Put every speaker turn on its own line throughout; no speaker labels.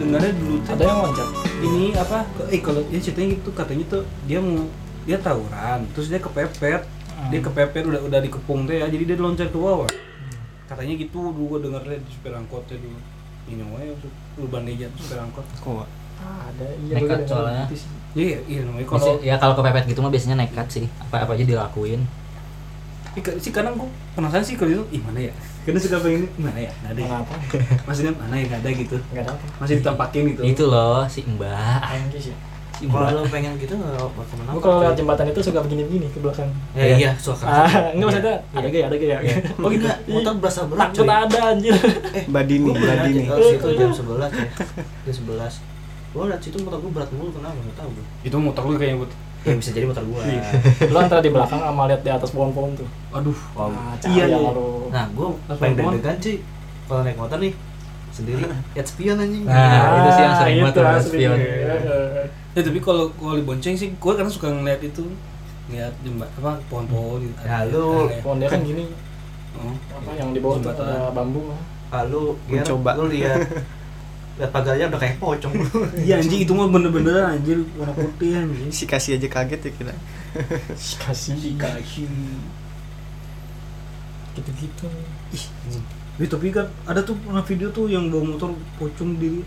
dengarnya dulu tuh
ada yang loncat
ini apa eh kalau ya ceritanya gitu katanya tuh dia mau dia tawuran terus dia kepepet dia kepepet udah udah dikepung teh ya jadi dia loncat ke bawah katanya gitu dulu gue dengernya di supir angkotnya dulu minum aja urban legend supir angkot
Kuat.
ada iya gua
Nekat soalnya.
ngerti sih.
iya iya namanya
Bisa-
kalau
ya kalau kepepet gitu mah biasanya nekat sih apa apa aja dilakuin
Ih, ka- sih kadang gue penasaran sih kalau itu ih mana ya karena suka pengen "Ih, mana ya nggak ada ya?"
Mengapa?
maksudnya mana ya nggak ada gitu
Enggak ada apa.
masih ditampakin gitu
itu loh si
Ah,
mbak
Anjing sih.
si mbak
Kalau lo pengen gitu nggak apa kemana?
Gua kalau lewat jembatan itu suka begini-begini ke belakang.
Ya iya, suka.
Ah, enggak maksudnya ada gaya, ada gaya.
Oh enggak, motor berasa berat.
Takut
cuy.
ada anjir.
Eh,
Badini,
gua pernah
badini.
di- Harus itu jam 11 ya. Jam 11. Gua liat situ motor gua berat mulu kenapa enggak tahu gua.
itu motor lu kayaknya buat
Ya bisa jadi motor gua.
Iya. Lu antara di belakang sama lihat di atas pohon-pohon tuh.
aduh
Wow.
Ah,
Iya,
cahaya
iya.
lu.
Nah, gua pengen deg-degan cuy. Kalau naik motor nih sendiri, lihat spion anjing.
Nah. itu sih yang sering
Ah,
banget
itu
tuh,
asli.
spion.
Iya.
ya tapi kalau kalau di bonceng sih gue kadang suka ngeliat itu ngeliat jembat apa pohon-pohon gitu
Ya,
Ada-
lu-
ada ya.
Pohon dia kan gini,
Oh.
apa yang di bawah tuh
Jembatan.
ada bambu.
Lalu Ger,
Mencoba.
Ah, lu lihat lihat pagarnya udah kayak pocong.
Iya anjing itu mah bener-bener anjir warna putih anjing.
si kasih aja kaget ya kita
Kasih
Dikasih.
gitu-gitu.
Ih, anjing. Wih, tapi kan ada tuh pernah video tuh yang bawa motor pocong diri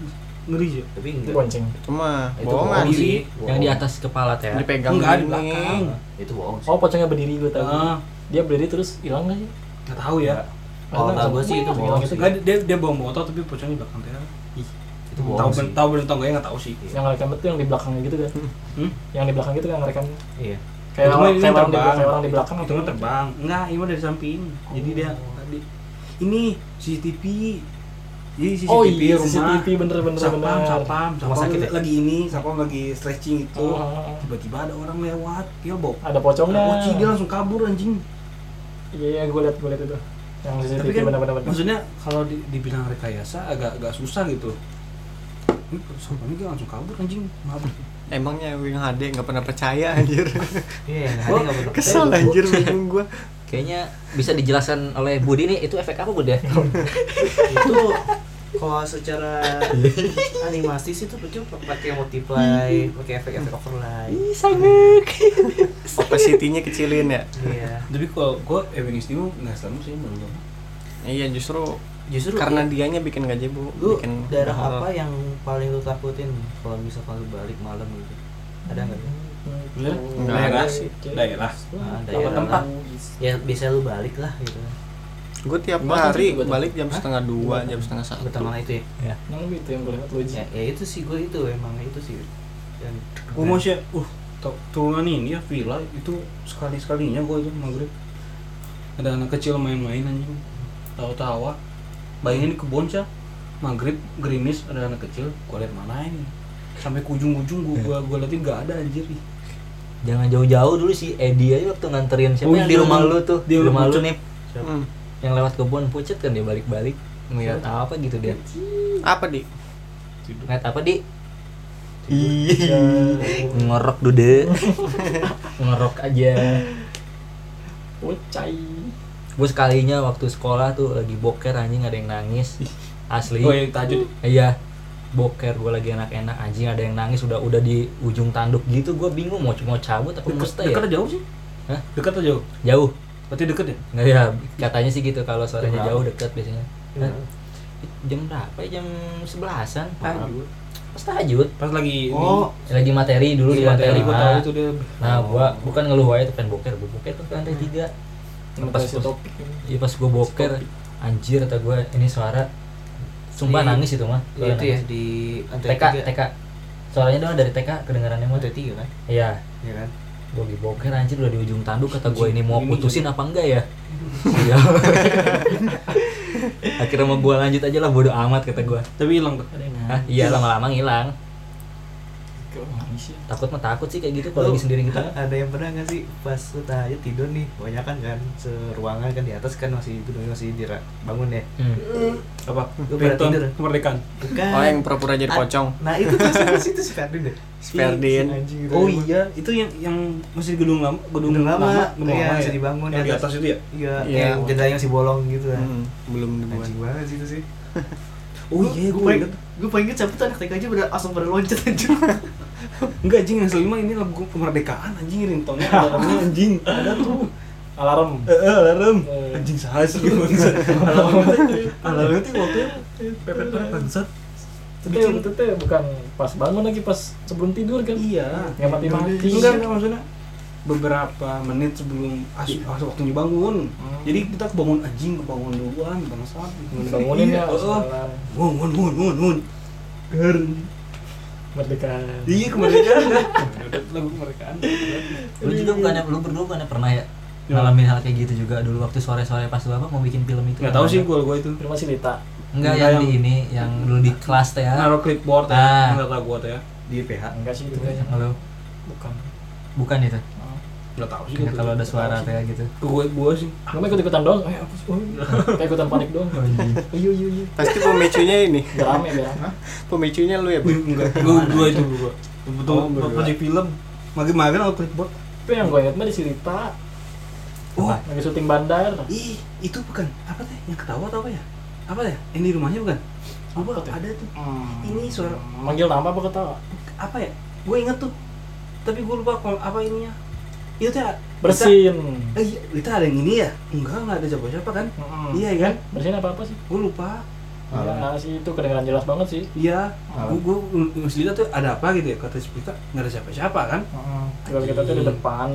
ngeri ya.
Tapi
Itu
enggak.
bonceng.
cuma
Itu Ya.
bohongan
bohong
sih.
sih yang di atas kepala ya. teh
dipegang
Enggak, di
gini.
belakang.
Itu bohong. sih.
Oh, pocongnya berdiri gue tahu.
Ah,
Dia berdiri terus hilang gak sih?
enggak tahu ya.
Oh,
Ada
tahu gua sih itu
langsung
bohong
hilang gitu
sih.
Enggak dia dia bawa motor tapi pocongnya di belakang teh. Ih,
Itu
tahu ben
bohong sih. Iya.
tahu bener tahu enggak tahu sih.
Yang ngerekam itu yang di belakangnya gitu kan.
Hmm?
Yang di belakang gitu kan ngerekam.
Iya.
Kayak
Itu mah
orang,
ini
kayak orang di,
terbang.
kayak orang di belakang
Itu
atau
mah terbang. Enggak, ini mah dari samping. Jadi dia tadi ini CCTV. Jadi CCTV
Oh iya,
rumah.
CCTV bener-bener
Sapam, sapam, sapam
Rumah sakit ya?
lagi ini, sapam lagi stretching itu.
Oh, oh, oh.
Tiba-tiba ada orang lewat, dia bawa
Ada pocongnya.
Mochi dia langsung kabur anjing.
Iya, iya, gue liat, gue liat itu. Yang CCTV
Tapi kan
bener-bener.
maksudnya kalau di, dibilang rekayasa agak agak susah gitu. Ini sampai dia langsung kabur anjing. Mabuk.
emangnya Wing HD nggak pernah percaya anjir
Iya, hari enggak benar.
kesel anjir bingung gua
kayaknya bisa dijelaskan oleh Budi nih itu efek apa Budi
itu kalau secara animasi sih itu lucu pakai multiply, pakai efek-efek overlay.
opacity-nya kecilin ya
Iya.
Tapi kalau gue Ewing Istio nggak selalu sih menurut gua.
iya justru
Justru
karena dianya bikin gak jebu
lu
bikin
daerah
mahal.
apa ya? yang paling lu takutin kalau misalkan lu balik malam gitu? Ada nggak? ya?
Hmm. gitu.
Bener?
Iya,
Nggak ada
sih.
Oke.
Iya. Daerah.
Ah,
Apa
daerah
tempat?
Ya bisa lu balik lah gitu.
gua tiap
Rumah kan
hari
juga tuh.
balik jam
Hah?
setengah dua jam setengah satu
Pertama itu ya.
Yang gitu yang gue liat lu Ji.
ya. Ya itu sih gue itu emang itu sih. Dan
Gue mau sih, uh, to- turunan ini ya villa itu sekali sekalinya gue aja maghrib. Ada anak kecil main-main anjing, tawa-tawa. Bayangin di kebun sih, maghrib gerimis ada anak kecil. Gue liat mana ini? Sampai ke ujung-ujung gue gue gue liatin nggak ada anjir. ih.
jangan jauh-jauh dulu si Edi aja waktu nganterin siapa
Oh
yang di
iya,
rumah lu tuh
dia
di rumah lu
pucet.
nih
Hmm.
yang lewat kebun pucet kan dia balik-balik ngeliat apa gitu dia
apa di
ngeliat apa di ngorok dude ngorok aja
Ucai.
gue sekalinya waktu sekolah tuh lagi boker anjing ada yang nangis asli
Oh yang tajud.
iya boker gue lagi enak-enak anjing ada yang nangis udah udah di ujung tanduk gitu gue bingung mau mau cabut apa
Dekat,
mesti
dekat
ya
atau jauh sih?
Hah?
Dekat atau jauh?
jauh
Berarti deket ya?
nggak ya katanya sih gitu kalau suaranya
Berapa?
jauh dekat biasanya
Iya.
Ya.
jam berapa ya? jam sebelasan
Malam.
pas tahajud
Pas lagi
Ah. Oh,
lagi materi dulu
ini,
di
di
lantai
materi gue tahu
lima
itu dia.
nah gua bukan ngeluh aja tuh pengen boker gua boker tuh ke lantai
Hmm.
tiga
Kenapa
pas
sih
pas-
topik?
iya pas gua boker anjir kata gua ini suara sumpah
Di-
nangis itu mah
ya itu ya di
TK TK suaranya doang dari TK kedengarannya mah
Lantai tiga kan?
iya
Iya kan?
gua lagi boker anjir udah di ujung tanduk kata gua ini mau
Ini
putusin apa enggak ya iya akhirnya mau gua lanjut aja lah bodo amat kata gua
Tapi hilang tuh.
Ada yang
Hah, iya lama-lama ngilang
Kok nangis ya?
takut mah takut sih kayak gitu kalau lagi
Lu-
sendiri gitu
ada yang pernah nggak sih pas lu tahajud tidur nih banyak kan kan seruangan kan di atas kan masih itu masih dira bangun ya
Hmm.
Apa?
Lu pada
Benton,
tidur.
kemerdekaan.
bukan
oh yang pura-pura jadi
Ah,
pocong
nah itu tuh itu sih- itu si Ferdin deh
Ferdin.
Si anjing gitu.
Oh iya, itu yang yang masih di gedung lama, gedung,
Gedung lama,
gedung
iya,
lama
masih
ya.
dibangun
yang
di
di
atas.
atas itu ya.
iya
Iya.
yang jendela yang si bolong gitu kan
Hmm, belum dibuat
anjing banget sih itu sih
oh iya
gue
gue
paling
inget
gue paling inget siapa tuh anak TK aja pada langsung pada loncat aja
enggak anjing yang selima ini lagu kemerdekaan anjing ringtone alarmnya anjing ada tuh
alarm
eh eh, alarm
Eh.
anjing salah sih bangsa alarmnya alarmnya tuh waktu pepet pepet bangsat
itu yang itu teh bukan pas bangun lagi pas sebelum tidur kan
iya
nggak kan. mati mati
enggak enggak maksudnya beberapa menit sebelum as, as waktunya bangun
Hmm.
jadi kita kebangun anjing kebangun duluan bangsat
bangunin ya
oh,
alarm.
bangun bangun bangun bangun Ger.
merdeka
iya kan. kemerdekaan dah. lagu kemerdekaan
Lu juga bukannya lu berdua bukannya pernah ya ngalamin hal kayak gitu juga dulu waktu sore-sore pas lu apa mau bikin film itu?
nggak tahu sih gue gue itu
di rumah si Lita
Enggak
Enggak,
yang, di
yang-
ini yang dulu di kelas teh ya.
naruh clipboard ya
Nah.
nggak tahu gue tuh ya di PH
enggak sih itu kayaknya
Kalau
bukan
bukan itu.
Oh.
nggak tahu sih
Kayak kalau ada suara teh gitu.
gue gue sih
Lu mah ikut-ikutan doang, eh apa sih? Oh, iya. Kayak ikutan panik doang. Iya iya iya.
Pasti pemicunya ini.
Udah rame ya.
Pemicunya lu ya, Bu.
enggak gue dua itu gue betul
Oh, berdua.
project film makin makin aku clipboard
Tapi yang gue ingat mah di Silita
oh
lagi syuting bandar.
ih itu bukan apa teh yang ketawa atau apa ya apa ya yang di rumahnya bukan apa
Apa tuh?
ada tuh ini suara
Hmm, Manggil nama apa ketawa?
apa ya gue inget tuh tapi gue lupa kalau apa ininya itu teh
Bersin.
Lita- eh, Lita ada yang ini ya enggak nggak ada siapa siapa kan
Mm-mm.
iya kan Ah.
Bersin apa apa sih?
gue lupa
Nah sih itu kedengaran jelas banget sih.
iya
Apa?
gue gue Mas Lita tuh ada apa gitu ya kata si Lita nggak ada siapa siapa kan
Kalau kita tuh di depan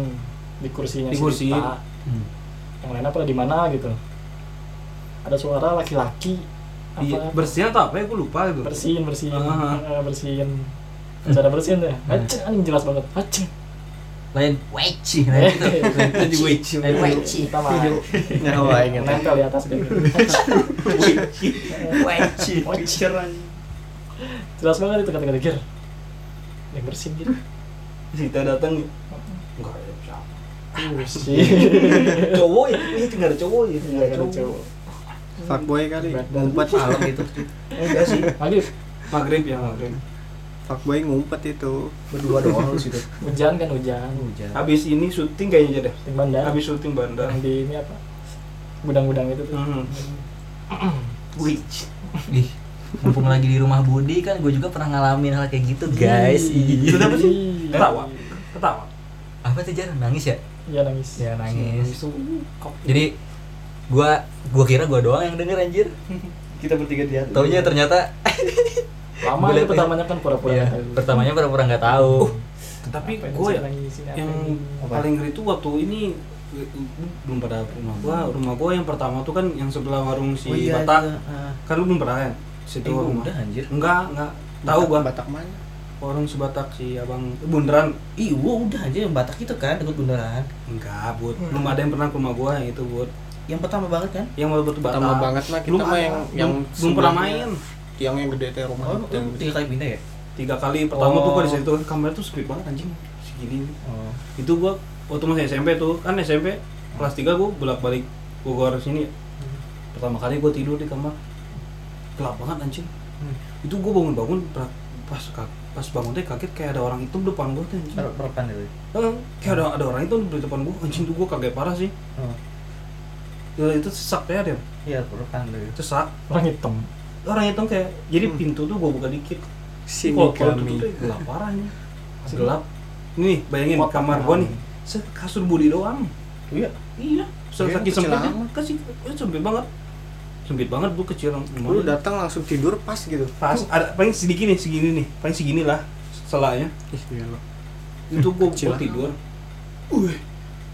di kursinya
Di
si
kursi.
Lita.
Hmm.
Yang lain apa di mana gitu. Ada suara laki-laki
iya
apa
bersin atau apa ya gue lupa gitu
bersihin bersihin
Ah.
Eh, bersihin cara bersihin deh aceh anjing jelas banget aceh
Lain weci, lain itu.
Jadi witch.
Lain weci.
kita mah
Nyawa ingat.
nempel di atas gitu. deh
Weci.
Pikiran
jelas banget itu kata-kata gear yang bersin gitu
Lita datang enggak ada siapa
bersin
cowok ya iya nggak ada cowok ya nggak
ada cowok
Fuckboy kali.
Bad boy.
Ngumpet malam itu.
enggak sih
Agif
maghrib ya maghrib
Fuckboy ngumpet itu.
berdua doang lu situ
hujan kan hujan
hujan
habis ini syuting kayaknya aja deh
di bandar
habis syuting bandar
yang di ini apa gudang-gudang itu tuh
hmm. witch
Ih, mumpung lagi di rumah Budi kan gue juga pernah ngalamin hal kayak gitu, guys.
Itu
Ih.
apa sih?
Ih.
ketawa ketawa
Apa tuh jarang nangis ya?
iya nangis
Ya nangis.
itu
Jadi gua gua kira gua doang yang denger anjir.
kita bertiga di atas
Taunya ternyata
lama
Gua
itu
liat ya.
pertamanya kan pura-pura
Iya, pertamanya pura-pura nggak tahu.
tapi
Apa yang
gue ya
sih nangisin,
yang
apa yang-
Apa?
paling ngeri itu waktu ini belum pada rumah gua rumah gua yang pertama tuh kan yang sebelah warung si
Oh iya,
Batak
iya, ah.
kan lu belum pernah kan situ
Eh, gua
rumah
udah, anjir.
enggak enggak tahu gua
Batak mana?
warung si Batak si abang Eh, bundaran
Ih, gua udah aja yang Batak itu kan, ikut bundaran.
enggak bud belum ada yang pernah ke rumah gua yang itu bud
Yang pertama banget kan?
yang mau betul Batak
Pertama banget mah kita
Belum
mah
ada.
yang
Belum-
yang
belum pernah
sebelahnya.
main
Tiang yang gede teh rumah.
Oh,
itu yang
lu
gede.
tiga kali pindah ya?
tiga kali pertama tuh gua di
Oh.
situ kamarnya tuh sempit banget anjing segini
Oh.
itu gua waktu masih SMP tuh kan SMP kelas 3 gua bolak balik Bogor sini pertama kali gua tidur di kamar gelap banget anjing itu gua bangun bangun pas ka- pas bangun teh kaget kayak ada orang hitam depan gua tuh anjing
Per perpan
gitu
itu.
ya?
Eh, kayak ada ada orang hitam di depan gua anjing tuh gua kaget parah sih
Oh.
Ya, itu sesak ya dia
Iya, perpan
gitu ya.
itu.
sesak
orang hitam
orang hitam kayak jadi pintu tuh gua buka dikit
Sini
Kalau- kalau
kami.
tutup tuh gelap parah ini gelap nih bayangin
Kotak
kamar gua
malam.
nih set kasur budi doang
Iya.
iya
Iya,
sesakit
kecil
sempitnya
amat.
kasih eh, sempit banget sempit banget bu kecil
Lu
lumayan.
datang langsung tidur pas gitu.
pas ada paling sedikit nih segini nih paling segini lah selanya
Ih, gila.
itu gua
Kecil
gua
amat.
tidur uh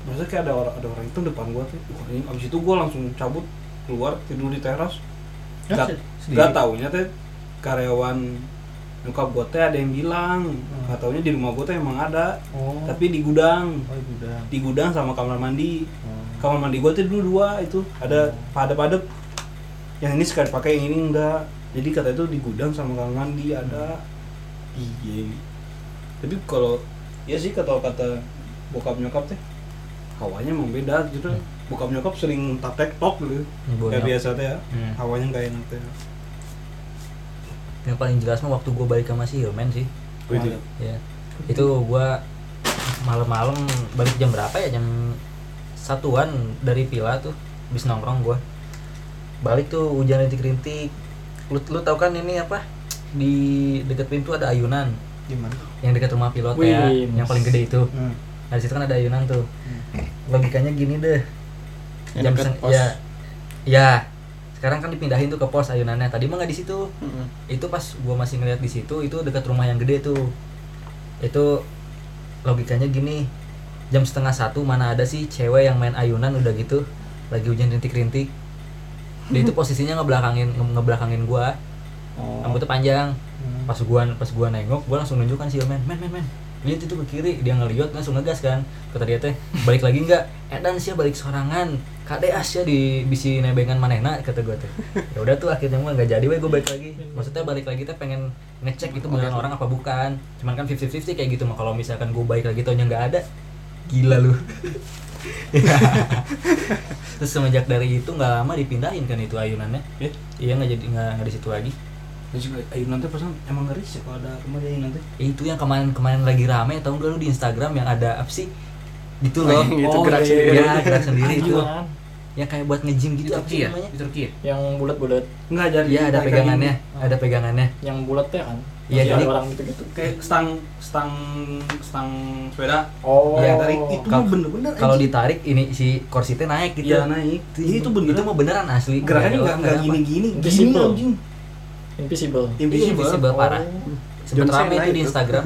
merasa kayak ada orang ada orang itu depan gua tuh Wah, ini abis itu gua langsung cabut keluar tidur di teras Gak, gak
Iya.
taunya teh karyawan nyokap gua teh ada yang bilang gak taunya di rumah gua teh emang ada
Oh.
tapi di gudang
Oh, udah.
di gudang sama kamar mandi kamar mandi gua tuh dulu dua itu ada padep padep yang ini sekali pakai yang ini enggak jadi kata itu di gudang sama kamar mandi ada iya tapi kalau ya sih kata kata bokap nyokap teh hawanya emang beda gitu bokap nyokap sering tak tok gitu
Bonyok.
kayak biasa teh ya
Iya. Hmm.
hawanya nggak enak teh
Yang paling jelas mah waktu gua balik sama si Hilman sih.
Waduh.
Ya. Itu gua malam-malam balik jam berapa ya? Jam satuan dari Pila tuh. Habis nongkrong gua. Balik tuh hujan rintik-rintik. lu lu tau kan ini apa di dekat pintu ada ayunan
gimana
yang dekat rumah pilot ya
Wih,
yang paling gede itu
hmm.
nah, di situ kan ada ayunan tuh
Hmm.
logikanya gini deh
Yang
jam
dekat
seng-
pos.
ya ya sekarang kan dipindahin tuh ke pos ayunannya tadi mah nggak di situ
Mm-mm.
itu pas gua masih ngeliat di situ itu dekat rumah yang gede tuh itu logikanya gini jam setengah satu mana ada sih cewek yang main ayunan udah gitu lagi hujan rintik-rintik dia itu posisinya ngebelakangin nge- ngebelakangin gua
Oh.
rambutnya panjang pas gua pas gua nengok gua langsung nunjukkan si men men men men lihat itu ke kiri dia ngeliat langsung ngegas kan kata dia teh balik lagi nggak edan sih balik sorangan kade asya di bisi nebengan manehna kata gua teh ya udah tuh akhirnya mah nggak jadi we gua balik lagi maksudnya balik lagi teh pengen ngecek itu beneran orang apa bukan cuman kan 50-50 kayak gitu mah kalau misalkan gua balik lagi taunya nggak ada gila lu terus semenjak dari itu nggak lama dipindahin kan itu ayunannya
Ya.
iya nggak jadi nggak nggak di situ lagi
Dan juga ayu nanti pasan emang ngeri sih kalau ada rumah ayu nanti.
Eh, itu yang kemarin-kemarin lagi rame tau gak lu di Instagram yang ada apa sih itu loh
Oh,
Yang
gitu,
itu gerak
iya,
sendiri.
iya, gerak sendiri itu
Ayunan.
yang kayak buat nge-gym gitu apa sih
Turki ya
namanya
di Turki ya
yang bulat-bulat
Enggak jadi.
iya ada
kayak
pegangannya
gini.
ada pegangannya
yang bulat ya kan
Iya,
Yang
jadi-
orang gitu-gitu
gini. Kayak stang stang stang sepeda.
oh
Iya, tarik itu
Kalau-
mah bener-bener.
kalau
anjing.
ditarik ini si korsitnya naik gitu
Iya naik. Jadi itu
itu
beneran.
mah beneran asli Iya,
Gerakannya nggak
Nggak ada
nggak
orang,
gini
nggak
gini.
Itu
Gini
simple.
anjing.
invisible
ada apa. Iya, invisible parah
Oh.
sempet
Johnson
rame itu di
naik tuh.
Instagram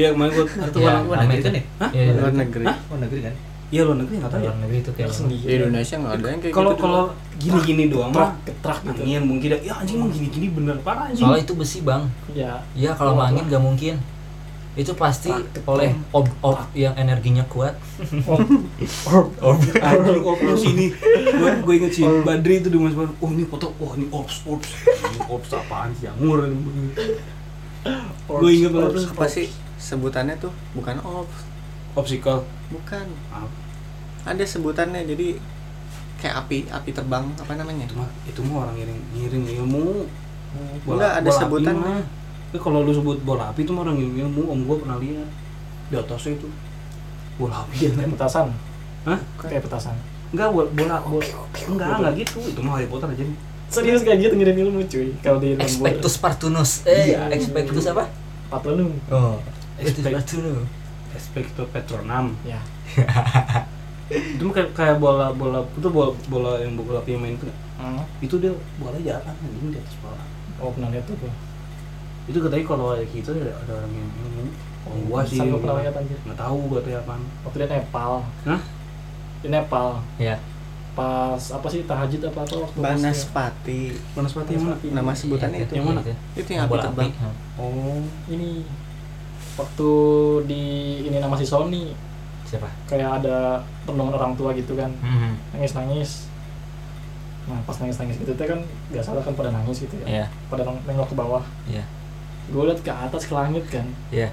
Iya kemarin gua itu
Iya,
warna
warna
Amerika
Amerika nih?
Hah?
Iya,
luar negeri
Hah?
oh kan ya? negeri kan
Iya lo negeri nggak tahu ya.
luar negeri itu kayak
Di Indonesia nggak ada yang kayak
Kalau
gitu dulu.
kalau gini gini doang
ketrak
mah.
ketrak gitu
Angin mungkin ya anjing mau gini gini bener parah anjing.
soalnya itu besi bang
ya
Iya kalau
Oh,
mangin nggak mungkin itu pasti
Praktek
oleh ob ob yang energinya kuat
Anjing ops ini gue gue inget sih
Hmm.
Badri itu di mas Badri oh ini foto oh ini ops ops ini ops apaan sih jamur gue inget banget
apa sih sebutannya tuh bukan ops
opsikal
bukan
Apa?
ada sebutannya jadi kayak api api terbang apa namanya
itu mah itu mah orang ngirim ngirim ilmu
Enggak, ada
api
sebutan.
mah. Tapi kalau lu sebut bola api itu mah orang ngirim ilmu om gue pernah lihat di atasnya itu bola api
kayak petasan
Hah?
kayak petasan
enggak bola bola, bola. enggak enggak gitu itu mah Harry Potter aja
serius kayak gitu ngirim ilmu cuy kalau di dalam
expectus partunus eh
Iya.
expectus apa
patronum
oh
Expect-
expectus partunus
Expecto Petronam
ya
itu mah kayak, kayak bola bola itu bola bola yang bola api yang main itu
Hmm.
itu dia bola jalan anjing di atas bola
oh pernah lihat tuh gua.
itu katanya kalau kayak gitu ada, ada orang yang ngomong oh, gua sih
Sampai pernah
nggak
lihat anjir
nggak tahu gua tuh apa
waktu di Nepal
Hah?
di Nepal
ya
pas apa sih tahajud apa apa waktu pas-
banaspati
Banaspati yang mana
nama sebutannya
Iya,
itu
Yang mana?
Iya,
itu yang api
bola
terbang
api.
oh
ini waktu di ini nama si Sony
siapa
kayak ada penolong orang tua gitu kan
Mhm.
nangis nangis nah pas nangis nangis gitu teh kan biasa lah kan pada nangis gitu ya
iya
pada neng- nengok ke bawah
iya
gue liat ke atas ke langit kan
iya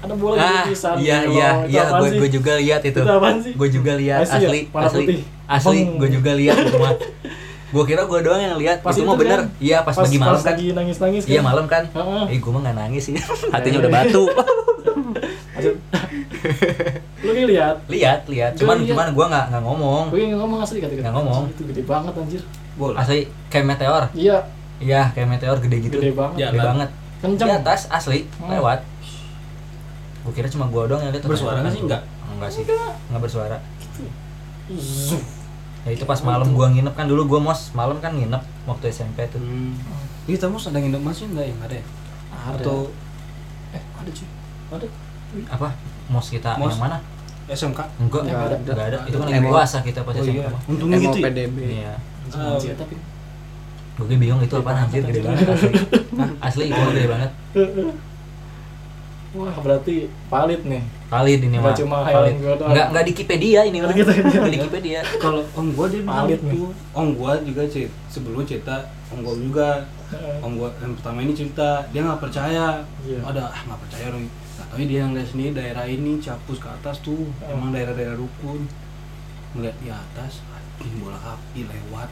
ada bola
ah
gitu pisan
iya
di
iya
bawah. Itu
iya
apaan
gue
sih?
gue juga gitu. lihat itu
Itu apaan sih?
gue juga lihat
Masih ya?
asli
Warna
asli
putih.
asli
Beng.
gue juga lihat itu mah gue kira gue doang yang lihat
Pas
itu
itu
mah
kan?
bener iya pas pagi malam kan
lagi nangis nangis
iya malam kan
Heeh.
eh gue mah nggak nangis sih hatinya udah batu
Maksud- lu kayak lihat
lihat lihat
Gua
cuman
lihat.
cuman gue nggak nggak ngomong
gue yang ngomong asli kata
Nggak ngomong.
itu gede banget anjir
bola
asli kayak meteor
iya
iya kayak meteor gede gitu
gede banget
Ya.
Gede
Jalan.
banget
kenceng
di atas asli
Hmm.
lewat gue kira cuma gue doang yang lihat
Bersuara nggak sih? Nggak.
enggak sih enggak bersuara
Zuh.
ya itu pas malam gue nginep kan dulu gue mos malam kan nginep waktu SMP tuh
hmm. ini tamu ada nginep masih nggak yang ada ya
ada
atau
eh ada cuy ada
apa mos kita
Mos?
yang mana
SMK
enggak
Nggak
enggak
ada.
ada, itu kan
Nggak
lagi
ada.
puasa kita pas
oh
SMP
iya
mah.
untungnya gitu ya
PDB
iya
Anjir,
Eh,
anjir, ya, tapi
gue bingung itu apa anjir gede banget asli Hah? asli itu mah gede banget
wah berarti valid nih
valid ini
Nggak
mah
cuma
valid
hayalan gua doang.
enggak enggak di Wikipedia ini mah
Gitu.
Nggak di Wikipedia
ya. kalau om gua dia bilang
Valid
gitu om gua juga cerita sebelum cerita om gua juga
Heeh.
om gua yang pertama ini cerita dia nggak percaya
Iya.
ada ah nggak percaya orang nah, tapi dia yang lihat sendiri daerah ini capus ke atas tuh
Ah.
emang daerah-daerah rukun ngeliat di atas anjing bola api lewat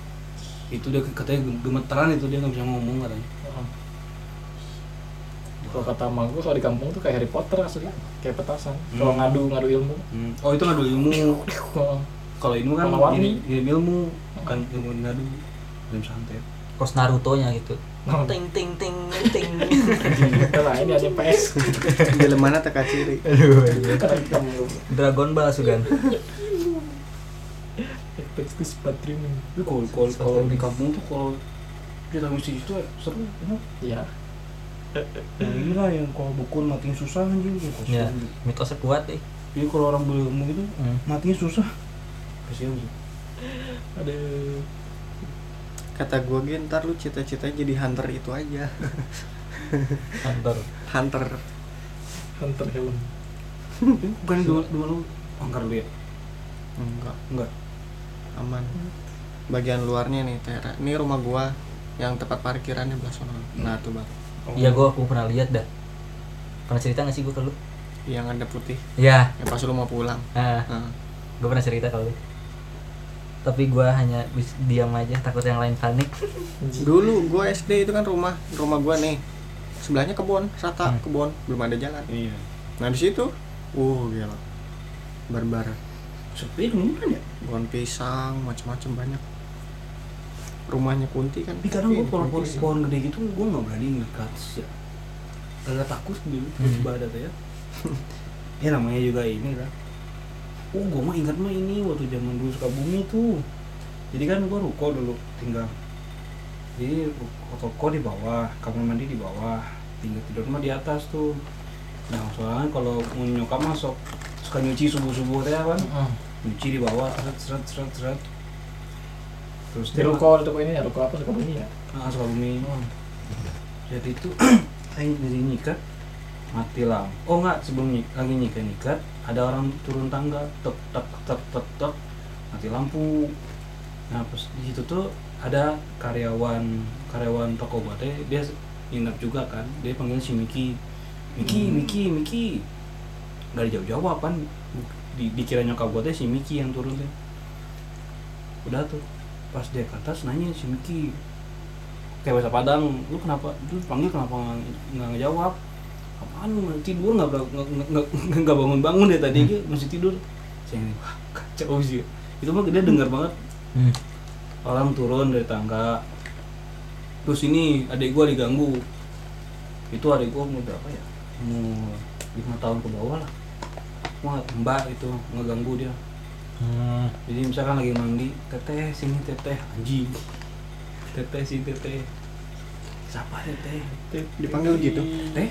itu dia katanya gem- gemeteran itu dia nggak bisa ngomong katanya
Heeh. kalau kata emak gue kalau di kampung tuh kayak Harry Potter asli kayak petasan kalau
Hmm.
ngadu ngadu ilmu
Hmm. oh itu ngadu ilmu
Heeh.
kalau ilmu kan
Melawan.
ini ilmu kan ilmu ngadu ilmu santet
kos Naruto nya gitu
Oh.
ting ting ting ting
Kita lah ini ada PS.
Jelemana teka ciri.
aduh
Iya.
Karakter lu.
Dragon Ball sugan
Efekku sempat streaming.
Tapi kalau kalau- kalau di kampung tuh kalau kita misi itu ya, seru. Emang
Ya.
Nah, ini lah yang kalau dukun matiin susah anjing gitu.
ya mitosnya kuat eh. nih
Jadi kalau orang berilmu gitu
Hmm.
matinya susah. Kasihan sih.
Ada
Kata gua gen ntar lu cita-cita jadi hunter itu aja.
kantor
Hunter.
Hunter Helm.
Bukan dua dua lu ya. angker dia.
Enggak,
Enggak.
aman. Bagian luarnya nih Tera. Ini rumah gua yang tempat parkirannya belah sono. Nah, tuh Bang.
Oh.
iya gua aku pernah lihat dah pernah cerita nggak sih gua ke lu
Yang ada putih.
ya
Yang pas lu mau pulang.
ah,
Nah,
gua pernah cerita ke lu tapi gua hanya bis- diam aja takut yang lain panik
Dulu gua SD itu kan rumah rumah gua nih. Sebelahnya kebun, rata
Hmm.
kebun, belum ada jalan.
Iya.
Nah, di situ uh gila. Barbar.
Sepi kemungkinan ya.
Pohon pisang, macam-macam banyak. Rumahnya Kunti kan.
Tapi kadang gua kalau
ini pohon
Iya,
pohon,
pisang.
pohon gede gitu gua nggak berani ngeliat ke atas ya. Agak takut gitu
Hmm.
hmm. badan ya. ya namanya juga ini lah. Oh, gua mah ingat mah ini waktu zaman dulu suka bumi tuh. Jadi kan gua ruko dulu tinggal. Jadi ru- ruko di bawah, kamar mandi di bawah, tinggal tidur mah di atas tuh. Nah, soalnya kalau mau nyokap masuk suka nyuci subuh-subuh teh kan. Nyuci di bawah, seret seret seret seret. Terus
Di
dia-
ruko, di ruko ini ya, ruko apa, ruko ini ya.
Nah, suami jadi itu aing jadi nyikat mati lampu oh enggak sebelum nyi- lagi nyikat nyikat ada orang turun tangga tek tek tek tek tek mati lampu nah pas di situ tuh ada karyawan karyawan toko bate dia nginep juga kan dia panggil si Miki Miki Miki Miki nggak dijawab jawab apaan di, dikira nyokap gue teh si Miki yang turun teh udah tuh pas dia ke atas nanya si Miki kayak bahasa Padang lu kenapa lu panggil kenapa nggak- nggak ngejawab apaan lu nggak tidur nggak ber- nggak- nggak nggak- nggak bangun bangun deh tadi
Hmm.
dia masih tidur saya ini wah kacau sih itu mah dia dengar banget
Hmm.
orang turun dari tangga terus ini adik gua diganggu itu adik gua umur berapa ya umur lima tahun ke bawah lah wah mbak itu ngeganggu dia
Hmm.
jadi misalkan lagi mandi teteh sini teteh anjing teteh sini teteh siapa teteh
Dipanggil gitu.
Eh,
teteh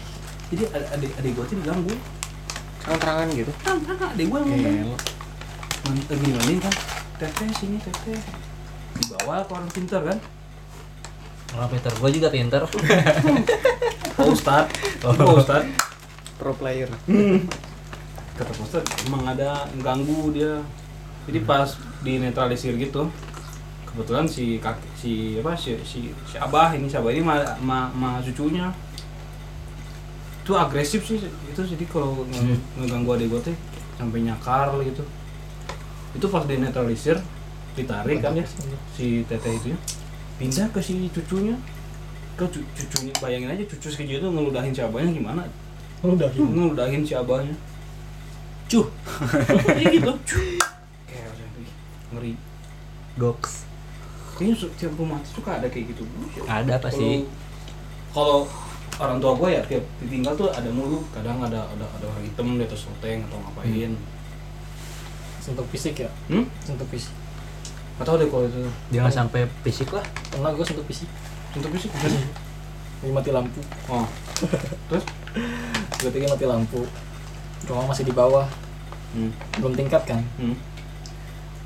jadi ad- adik adik gue tuh diganggu
Terang-terangan gitu.
kan kan adik gue ngomong
Gelo.
Man- lagi mandi kan teteh sini teteh dibawa ke orang pintar kan
orang pinter gua juga pinter
Pak Ustad Pak Ustad
Pro player.
kata Pak Ustad emang ada ganggu dia jadi pas dinetralisir gitu kebetulan si kaki si apa si si, si abah ini si abah ini ma, ma, ma cucunya itu agresif sih itu jadi kalau nge- ngeganggu adik gue teh sampai nyakar gitu itu pas dinetralisir ditarik kan ya si teteh itu ya. pindah ke si cucunya ke cu- cucunya bayangin aja cucu sekecil itu ngeludahin si abahnya gimana
Lu udah gitu.
Lu ngeludahin si abahnya cuh kayak gitu cuh kayak udah, ih, ngeri
goks
kayaknya setiap rumah suka ada kayak gitu
ada pasti
kalau orang tua gue ya tiap ditinggal tuh ada mulu kadang ada ada ada orang hitam di atas loteng atau ngapain
sentuh fisik ya,
hmm?
sentuh fisik.
atau deh kalau itu
jangan sampai fisik lah
Pernah gue sentuh fisik,
contohnya sih gitu.
lagi mati lampu.
oh terus
Ketika mati lampu, rumah masih di bawah,
hmm.
belum tingkat kan.
Hmm.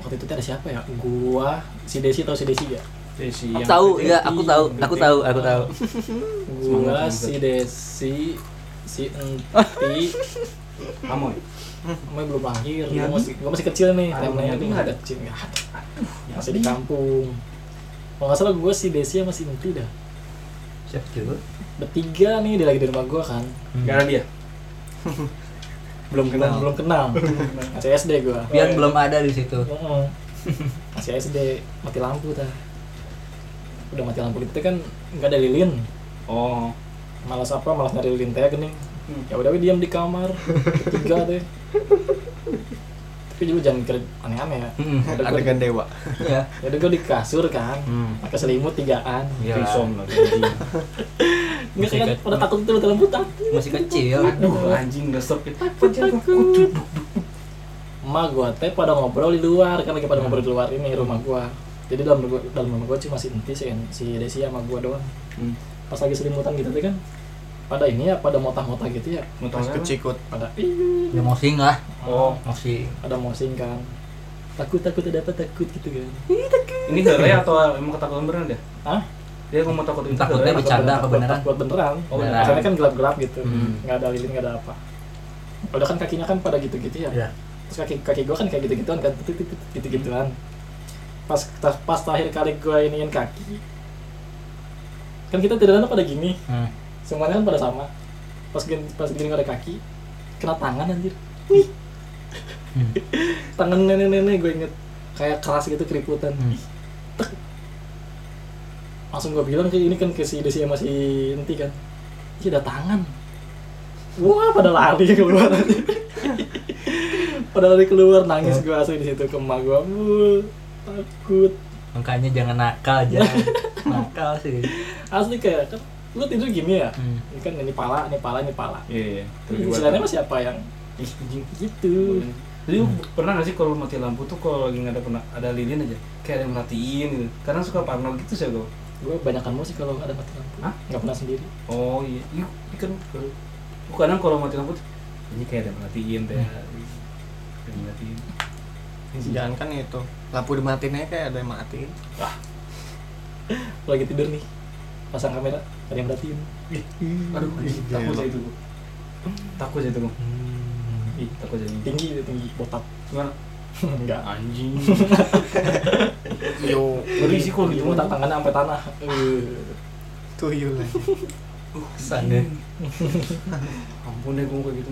Waktu itu tuh ada siapa ya? Gua, si Desi tau si Desi ya?
Jadi si
Aku
yang
tahu,
putih-
iya, aku tahu, aku tahu, aku tahu.
Gua,
Semangat, semangat.
si Desi, si Enti,
kamu ya?
Emang belum lahir,
Iya,
gua masih, gua masih kecil nih,
Ada
timeline
yang
itu
nggak
nggak
ada?
ada kecil, nggak ada. Masih di kampung. Kalau nggak salah gue si Desi sama si Inti dah.
siap dulu
Bertiga nih, dia lagi di rumah gue kan.
Gak ada dia
Belum kenal. Belum kenal. Masih SD gue.
biar belum ada di situ
Heeh. Oh. Masih SD, mati lampu dah. Udah mati lampu gitu kan nggak ada lilin.
oh
Malas apa, malas nyari lilin teh gini. Ya udah we diam di kamar, bertiga deh. tapi juga jangan mikir aneh-aneh ya
Mm-mm.
Ada gua-
adegan dewa
Iya.
Jadi gue di kasur kan,
Hmm.
pakai selimut tigaan.
Iya.
Trisom lah anjing.
Enggak
Masih
kan
ke-
pada takut itu dalam buta. Gitu.
Masih kecil.
Aduh anjing udah sempit.
Takut. Emak gua teh pada ngobrol di luar kan lagi pada ngobrol di luar ini rumah gua. Jadi dalam gua, dalam rumah gua cuma si Enti sih kan, si Desi sama gua doang.
Hmm.
Pas lagi selimutan gitu teh kan pada ini ya pada motah-motah gitu ya
pas
Motongnya apa?
kecikut
pada
Ya mosing lah.
Oh,
Mosing.
ada mosing kan takut takut ada apa takut gitu kan
ini heureuy atau emang ketakutan beneran deh?
Hah?
Dia ngomong takut itu ya?
Takutnya
heureuy apa
bercanda. apa beneran?
buat beneran
Oh,
beneran.
Soalnya kan gelap-gelap gitu
Hmm.
nggak ada lilin nggak ada apa udah kan kakinya kan pada gitu-gitu ya
Iya.
terus kaki kaki gue kan kayak gitu gituan kan titik titik gitu gituan pas ta- pas terakhir kali gue iniin kaki kan kita tidurnya pada gini
Hmm.
semuanya kan pada sama pas gini pas gini ada kaki kena tangan anjir Wih.
Hmm.
tangan nenek nenek gue inget kayak keras gitu keriputan
Hmm.
Tek. langsung gue bilang kayak ini kan ke si desi sama si nanti kan iya ada tangan wah pada lari keluar pada lari keluar nangis gue asli di situ ke emak gue "Bu, takut
Makanya jangan nakal aja. nakal sih.
asli kayak kan lu tidur gini ya
Hmm.
ini kan ini pala ini pala ini pala
Iya, iya.
istilahnya mah siapa yang
Ih, anjing.
gitu
Jadi lu pernah gak sih kalau mati lampu tuh kalau lagi nggak ada pernah ada lilin aja kayak ada yang merhatiin gitu. Karena suka parno gitu sih gue.
gue kebanyakan musik kalau ada mati lampu
Hah?
nggak pernah sendiri
Oh iya, iya iya kan kalau gua kadang kalau mati lampu tuh, ini kayak ada yang merhatiin deh. Ada yang merhatiin.
jangan kan itu lampu dimatiin aja kayak ada yang matiin
Lu lagi tidur nih pasang kamera ada yang berartiin
Ih, Aduh, ih, takut sih itu. gua. Takut sih itu. gua. Ih, takut jadi.
tinggi itu tinggi botak
Gimana?
enggak
Anjing.
yo
Ngeri sih kalau gitu mah.
botak tangannya sampai tanah Eh,
tuyul aja.
Kesan deh.
Hmm.
Ampun deh gue kayak gitu.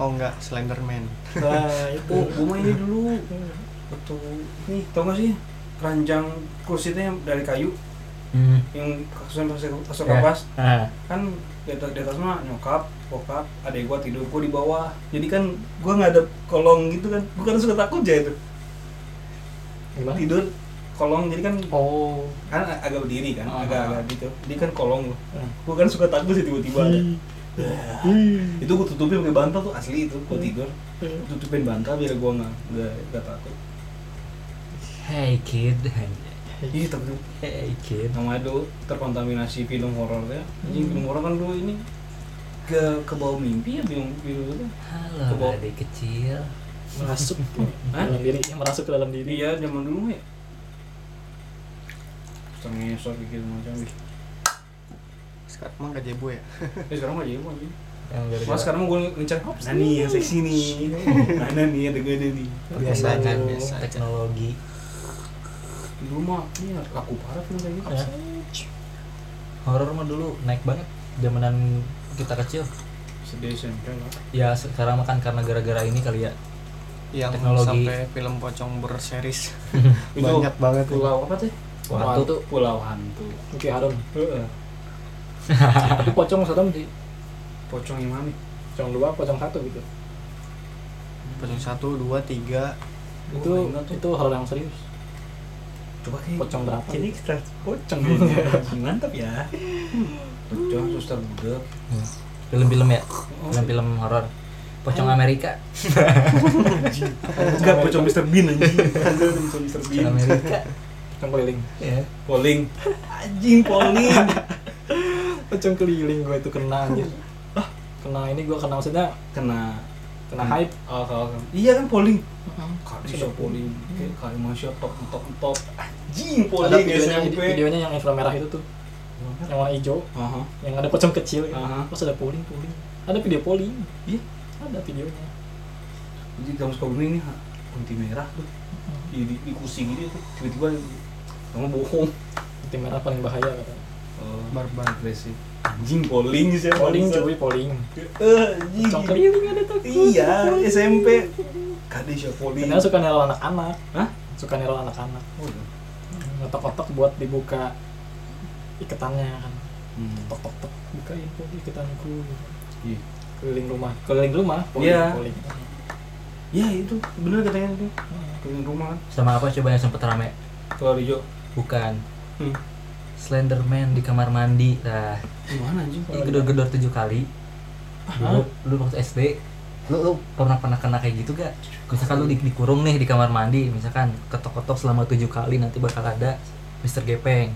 oh enggak slenderman
nah itu
Oh, gue mah ini dulu. Waktu nih, tau gak sih? Keranjang kursi itu yang dari kayu
Hmm.
yang kasusan pasir kasur
Ya.
kapas
Ah.
kan di atas, di atas mah nyokap bokap adek gua tidur gua di bawah jadi kan gua nggak ada kolong gitu kan gua kan suka takut aja itu
Oh.
gimana
tidur kolong jadi kan
oh
kan ag- agak berdiri kan
Ah.
Oh.
agak agak gitu jadi kan kolong gua
Hmm.
Ah.
gua kan suka takut sih tiba-tiba ada.
Hmm.
itu gua tutupin pakai bantal tuh asli itu gua tidur tutupin bantal biar gua nggak nggak nggak takut
Hey kid.
iya takut
Hey kid.
namanya dulu terkontaminasi film horor ya jadi film horor kan dulu ini ke ke bawah mimpi ya film film itu
Halo
Kebo-
adik kecil.
merasuk ke
Hah?
dalam diri merasuk ke dalam diri
Iya, zaman dulu mah ya. Sengesor gitu macam ih.
sekarang mah gak jebo ya
Eh sekarang mah jadi apa anjing?
Yang gara-gara-
Mas sekarang mah gue ngincar Mana Iya. Nah, nih yang seksi nih? Mana nih yang gue ada nih?
biasa aja
Oh.
biasa aja
teknologi.
Dulu mah iya laku parah film kayak gitu.
Ya. Horor mah dulu naik banget zamanan kita kecil.
Sedih SMP lah.
Ya sekarang makan karena gara-gara ini kali ya.
yang
Teknologi.
sampai film pocong berseris
Itu
banyak banget ya.
pulau apa tuh?
Hantu
Waktu tuh
Pulau hantu.
oke harum
Heeh.
tapi pocong serem sih
Pocong yang mana?
pocong dua pocong satu gitu
pocong satu dua tiga
itu
Oh, enggak tuh.
itu horor yang serius
Coba kayak
Pocong berapa?
Jadi kita pocong Mantap ya. Pocong suster budak.
film-film ya,
Oh.
film-film horor. Pocong Amerika,
Enggak pocong Mr Bean anjing. Enggak pocong Mr
Pocong Amerika.
pocong keliling
ya.
Polling. Anjing polling.
pocong keliling gue itu kena anjir kena ini gue kena maksudnya
Kena
kena hype
Oh, kalau kan. Iya kan polling.
Heeh.
Kali
Sudah
sudah polling. Kayak kali masih top top top. Anjing
ada
polling
videonya gitu ya?
SMP.
videonya yang infra merah itu tuh yang warna hijau
Aha.
yang ada pocong kecil gitu.
Aha.
terus ada polling polling ada video polling
Iya.
ada videonya
Jadi kamu suka ini ha, kunti merah tuh. Di, di, di kursi gini tuh tiba-tiba kamu bohong.
tim merah paling bahaya katanya
Oh,
barbar
agresif. Anjing polling sih.
polling
bangsa.
cuy polling
Eh, anjing.
pocong keliling ada tuh
Iya, SMP. Kadis ya polling.
karena suka nerol anak-anak
Hah?
suka nerol anak-anak
Oh, iya.
ngetok-ngetok buat dibuka iketannya kan
Hmm.
tok tok tok bukain kok iketanku
Iya.
keliling rumah keliling rumah
Iya.
polling
ya itu bener katanya itu keliling rumah kan
sama apa coba yang sempet rame
keluar hijau
bukan
hmm.
Slenderman di kamar mandi nah
gimana anjing
ini gedor-gedor tujuh kali dulu, dulu waktu SD lu, lu pernah pernah kena kayak gitu gak misalkan lu di- dikurung nih di kamar mandi misalkan ketok-ketok selama tujuh kali nanti bakal ada Mr. Gepeng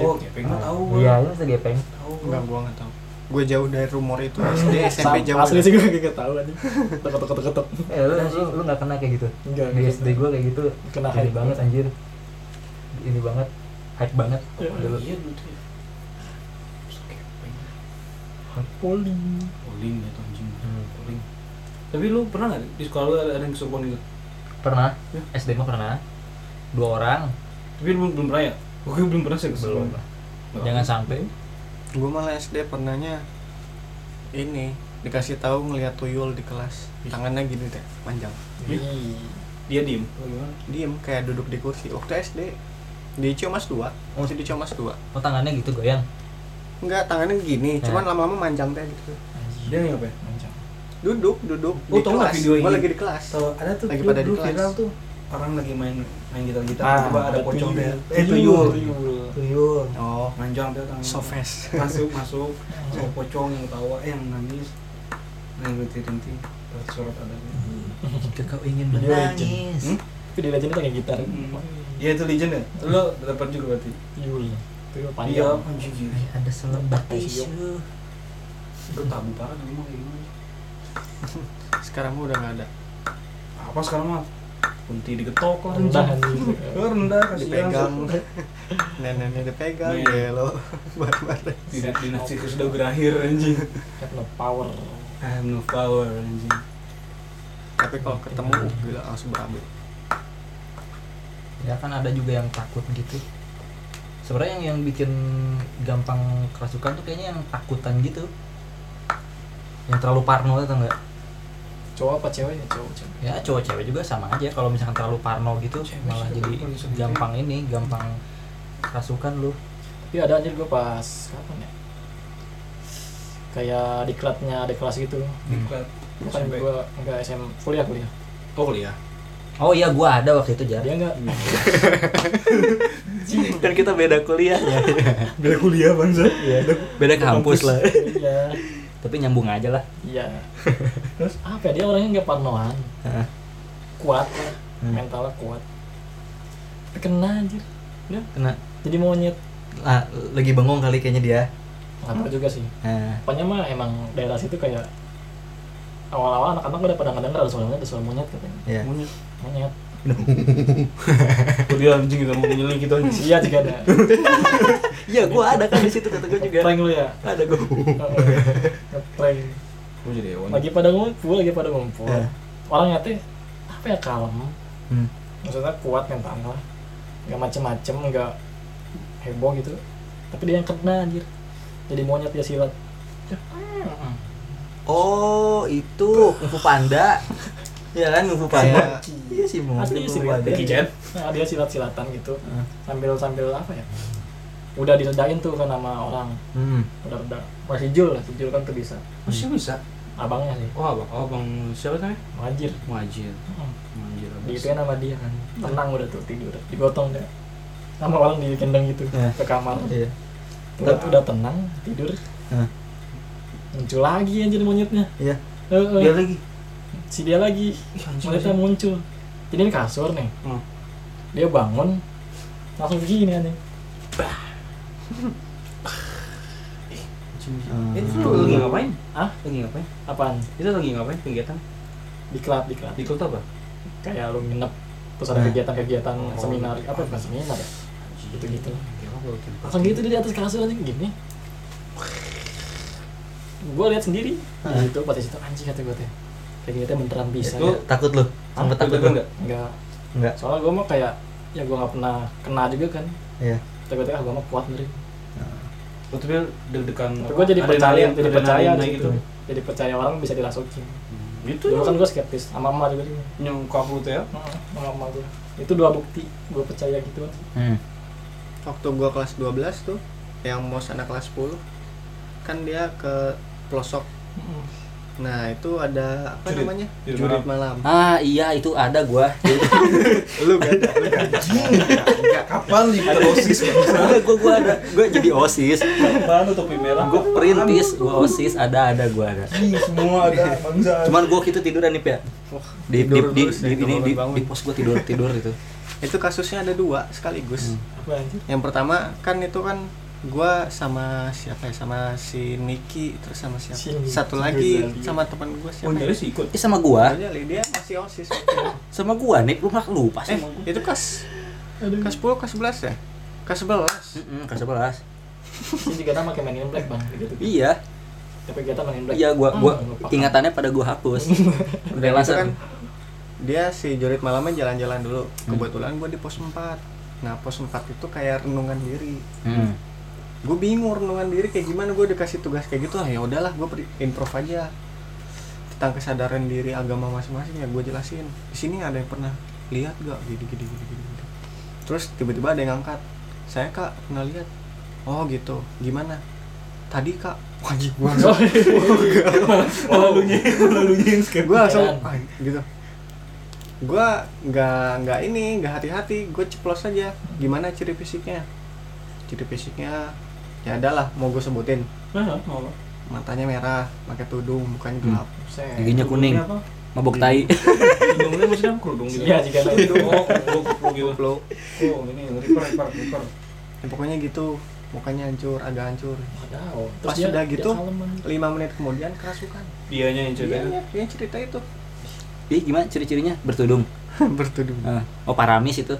oh gepeng mah tahu gua.
iya Mr. Gepeng
tahu gua.
Enggak, gua nggak tahu. Gue jauh dari rumor itu SD SMP
Sam-
jauh.
Asli sih gue gak tau aja. Ketok ketok ketok ketok.
eh, lu, lu, lu gak kena kayak gitu
Enggak.
di SD gue kayak gitu
Kena
ini
hype.
banget anjir ini banget hype banget
Iya.
dulu
iya dulu tuh ya Terus gepeng
Poli.
polling ya tuh anjing
Hmm.
polling tapi lu pernah nggak di sekolah lu ada, ada yang kesurupan gitu
pernah
Ya.
SD mah pernah dua orang
tapi lu belum pernah ya gue belum pernah sih
belum
kesurupan
jangan sampai
Gue malah SD pernahnya ini dikasih tahu ngelihat tuyul di kelas. Tangannya gini deh, panjang.
dia diem apa gimana
Diem kayak duduk di kursi. Waktu SD di Ciomas 2, masih di Ciomas 2.
oh tangannya gitu goyang
Enggak, tangannya
Eh.
gini,
Ya.
cuman lama-lama manjang teh gitu.
dia ngapain
Duduk, duduk
Oh, tau nggak video ini?
Gua lagi di kelas.
Tahu ada tuh
Lagi
dulu-
pada di
dulu
kelas.
viral tuh orang lagi main main gitar gitar
Ah,
coba ada
ada
pocong
tuyul.
deh eh
Tuyul.
tuyul tuyul
Oh,
manjang dia tangan
sofes.
masuk masuk sama pocong yang tawa eh yang nangis Nah, yang berhenti berhenti dapat surat ada
jika kau ingin
Video
menangis
Hmm?
Itu di legend pakai gitar.
Hmm. ya itu legend ya lo dapat juga berarti
Tuyul.
iya
Tuyul panjang.
anjing gila.
Ay, ada selembar
Tisu.
tisu
itu tabu parah dulu mah kayak gimana
Sekarang mah udah nggak ada.
apa sekarang mah kunti digetok lah
Rendah
anjing.
anjing.
Eh, rendah kasihan
Dipegang. Neneknya dipegang,
Nih.
gelo. Barbar.
tidak dinasti itu sudah berakhir anjing
Have no power.
I have no power anjing
Tapi kalau ketemu uh, gila langsung berabe.
ya kan ada juga yang takut gitu sebenarnya yang yang bikin gampang kerasukan tuh kayaknya yang takutan gitu yang terlalu parno atau enggak
Cowok apa cewek ya cowok cewek.
ya cowok cewek juga sama aja kalau misalkan terlalu parno gitu
Cewek
malah
juga
jadi
kalau disuntik.
gampang ini gampang kerasukan lu
Tapi ada anjir gue pas kapan ya? Kayak diklatnya ada kelas gitu.
diklat
Bukan
SMP.
gue enggak SM kuliah kuliah.
oh kuliah
oh iya gua ada waktu itu
Ya.
jar
Dia enggak
kan kita beda kuliahnya
beda kuliah bangsa
Iya. beda kampus lah
kuliah.
tapi nyambung aja lah
Iya. Terus apa ya? Dia orangnya nggak parnoan.
Heeh.
Kuat lah.
Hmm.
Mentalnya kuat. Tapi Kena anjir. Udah.
kena
Jadi monyet.
ah, lagi bengong kali kayaknya dia
Nggak tahu juga sih.
nah,
Pokoknya mah emang daerah situ kayak awal-awal anak-anak udah pada ngedenger ada suara monyet, ada suara monyet katanya.
ya
monyet
Monyet.
kuliah anjing kita mau nyeling gitu anjing
Iya juga ada.
iya gua ada kan di situ kata gua
Prank lu ya.
ada gua
Prank.
gue jadi hewan
Lagi pada ngumpul, lagi pada ngumpul.
Iya.
Orangnya teh apa ya kalem.
hmm.
maksudnya kuat mentalnya lah nggak macem-macem nggak heboh gitu tapi dia yang kena anjir jadi monyet dia silat Ya, hmm.
Oh, itu Kungfu Panda. ya kan Kungfu Panda. Iya sih mau.
Asli sih, Panda.
Jackie Chan
nah, dia silat silatan gitu
Hmm.
sambil sambil apa ya udah diredain tuh kan sama orang
Hmm.
udah reda masih jul lah si jul kan tuh bisa
masih bisa
abangnya sih
oh abang oh abang siapa namanya
wajir
Majir
Hmm.
Majir
di itu nama dia kan tenang udah tuh tidur digotong dia sama orang digendong gitu
Iya.
ke kamar
Iya.
udah, udah tenang tidur
Hah.
muncul lagi anjir monyetnya
Iya.
Heeh.
dia lagi
si dia lagi
Ih, anjing,
monyetnya muncul jadi ini kasur nih
Hmm.
dia bangun langsung begini anjing
anjing.
Hmm.
Eh, itu lu lagi ngapain
Hah?
lagi ngapain
apaan
itu lagi ngapain kegiatan
diklat diklat
di klub apa
kayak lu nginep terus ada
Nah.
kegiatan-kegiatan
Oh.
seminar apa bukan seminar ya gitu gitu
Gila, gua bikin
langsung gitu dia di atas kasur anjing gini gue lihat sendiri di situ pas di situ anjing kata gue teh kayak gitu beneran bisa
Itu
ya.
Takut lu? Sempet takut lu?
enggak
enggak
Enggak.
soalnya gue mah kayak ya gue nggak pernah kena juga kan
Iya.
tapi gue gue mah kuat benerin
Oh, tapi deg-degan
tapi
apa?
gue jadi percaya
Adrenalin,
jadi
adrenalin
percaya
naik
gitu jadi percaya orang bisa dirasukin
gitu
dulu kan
kan
gue skeptis sama mama juga
Hmm.
dulu
nyengkap lu tuh ya
sama mama gue itu dua bukti gue percaya gitu
Hmm.
waktu gua kelas 12 tuh yang mau sana kelas 10 kan dia ke pelosok Nah itu ada apa
Jurit.
namanya?
Jurit
Jurit malam.
ah iya itu ada gua
Lu kan? gak ada, lu gak ada.
Kapan di osis?
ada gua gua ada gua jadi osis
Kapan tuh topi merah?
gua perintis gua osis ada ada gua ada
Ih, semua ada bangsa.
cuman gua gitu tiduran nih ya di di
tidur
di,
terus ya,
di-
nggak
ini di,
bangun-bangun.
di pos gua tidur tidur gitu. itu
Itu kasusnya ada dua sekaligus.
Apa anjir?
Yang pertama kan itu kan gua sama siapa ya sama si Niki terus sama siapa
Si Niki
satu lagi
Gonzalez.
sama teman gua
Oh,
siapa
jadi
ya?
sih ikut.
eh sama gua
Gonzalez, dia masih osis waktu itu.
sama gua nih lu mah lupa sih
eh itu kas kas 10 kas 11 ya kas 11
Eh, Mm-mm, kelas sebelas
Sini juga nama kayak mainin black bang gitu.
iya
Tapi kita mainin black.
iya gua
Hmm,
gua
lupa.
ingatannya pada gua hapus
Dan itu
relasa
kan dia si Jorit malamnya jalan-jalan dulu
Hmm.
kebetulan gue di pos 4 nah pos 4 itu kayak renungan diri
hmm.
gue bingung renungan diri kayak gimana gue dikasih tugas kayak gitu ah ya udahlah gue improv aja tentang kesadaran diri agama masing-masing ya gue jelasin di sini ada yang pernah lihat gak gini gini gini gini, gini. terus tiba-tiba ada yang angkat saya kak pernah lihat oh gitu gimana tadi kak wajib gue langsung
Oh.
Lalunya, lalunya yang skip.
gue langsung
Heran.
"Ah," gitu gue nggak nggak ini nggak hati-hati gue ceplos aja gimana ciri fisiknya ciri fisiknya ya adalah mau gue sebutin
Nah, apa?
matanya merah, pakai tudung, mukanya gelap.
Buset.
giginya kuning
Apa?
mabok tai
Hidungnya maksudnya apa? kerudung gitu.
Iya, jika ada itu.
Oh, kerudung, kerudung gitu.
Upload.
Oh, ini reaper, reaper, reaper.
Ya, pokoknya gitu, mukanya hancur, agak hancur.
Wadaw. Terus
Pas
dia-
sudah
dia
gitu,
kalem, anjir.
5 menit kemudian kerasukan.
Dianya yang cerita.
Iya, dia cerita itu.
ih gimana ciri-cirinya bertudung
Bertudung.
Eh, oh paramis itu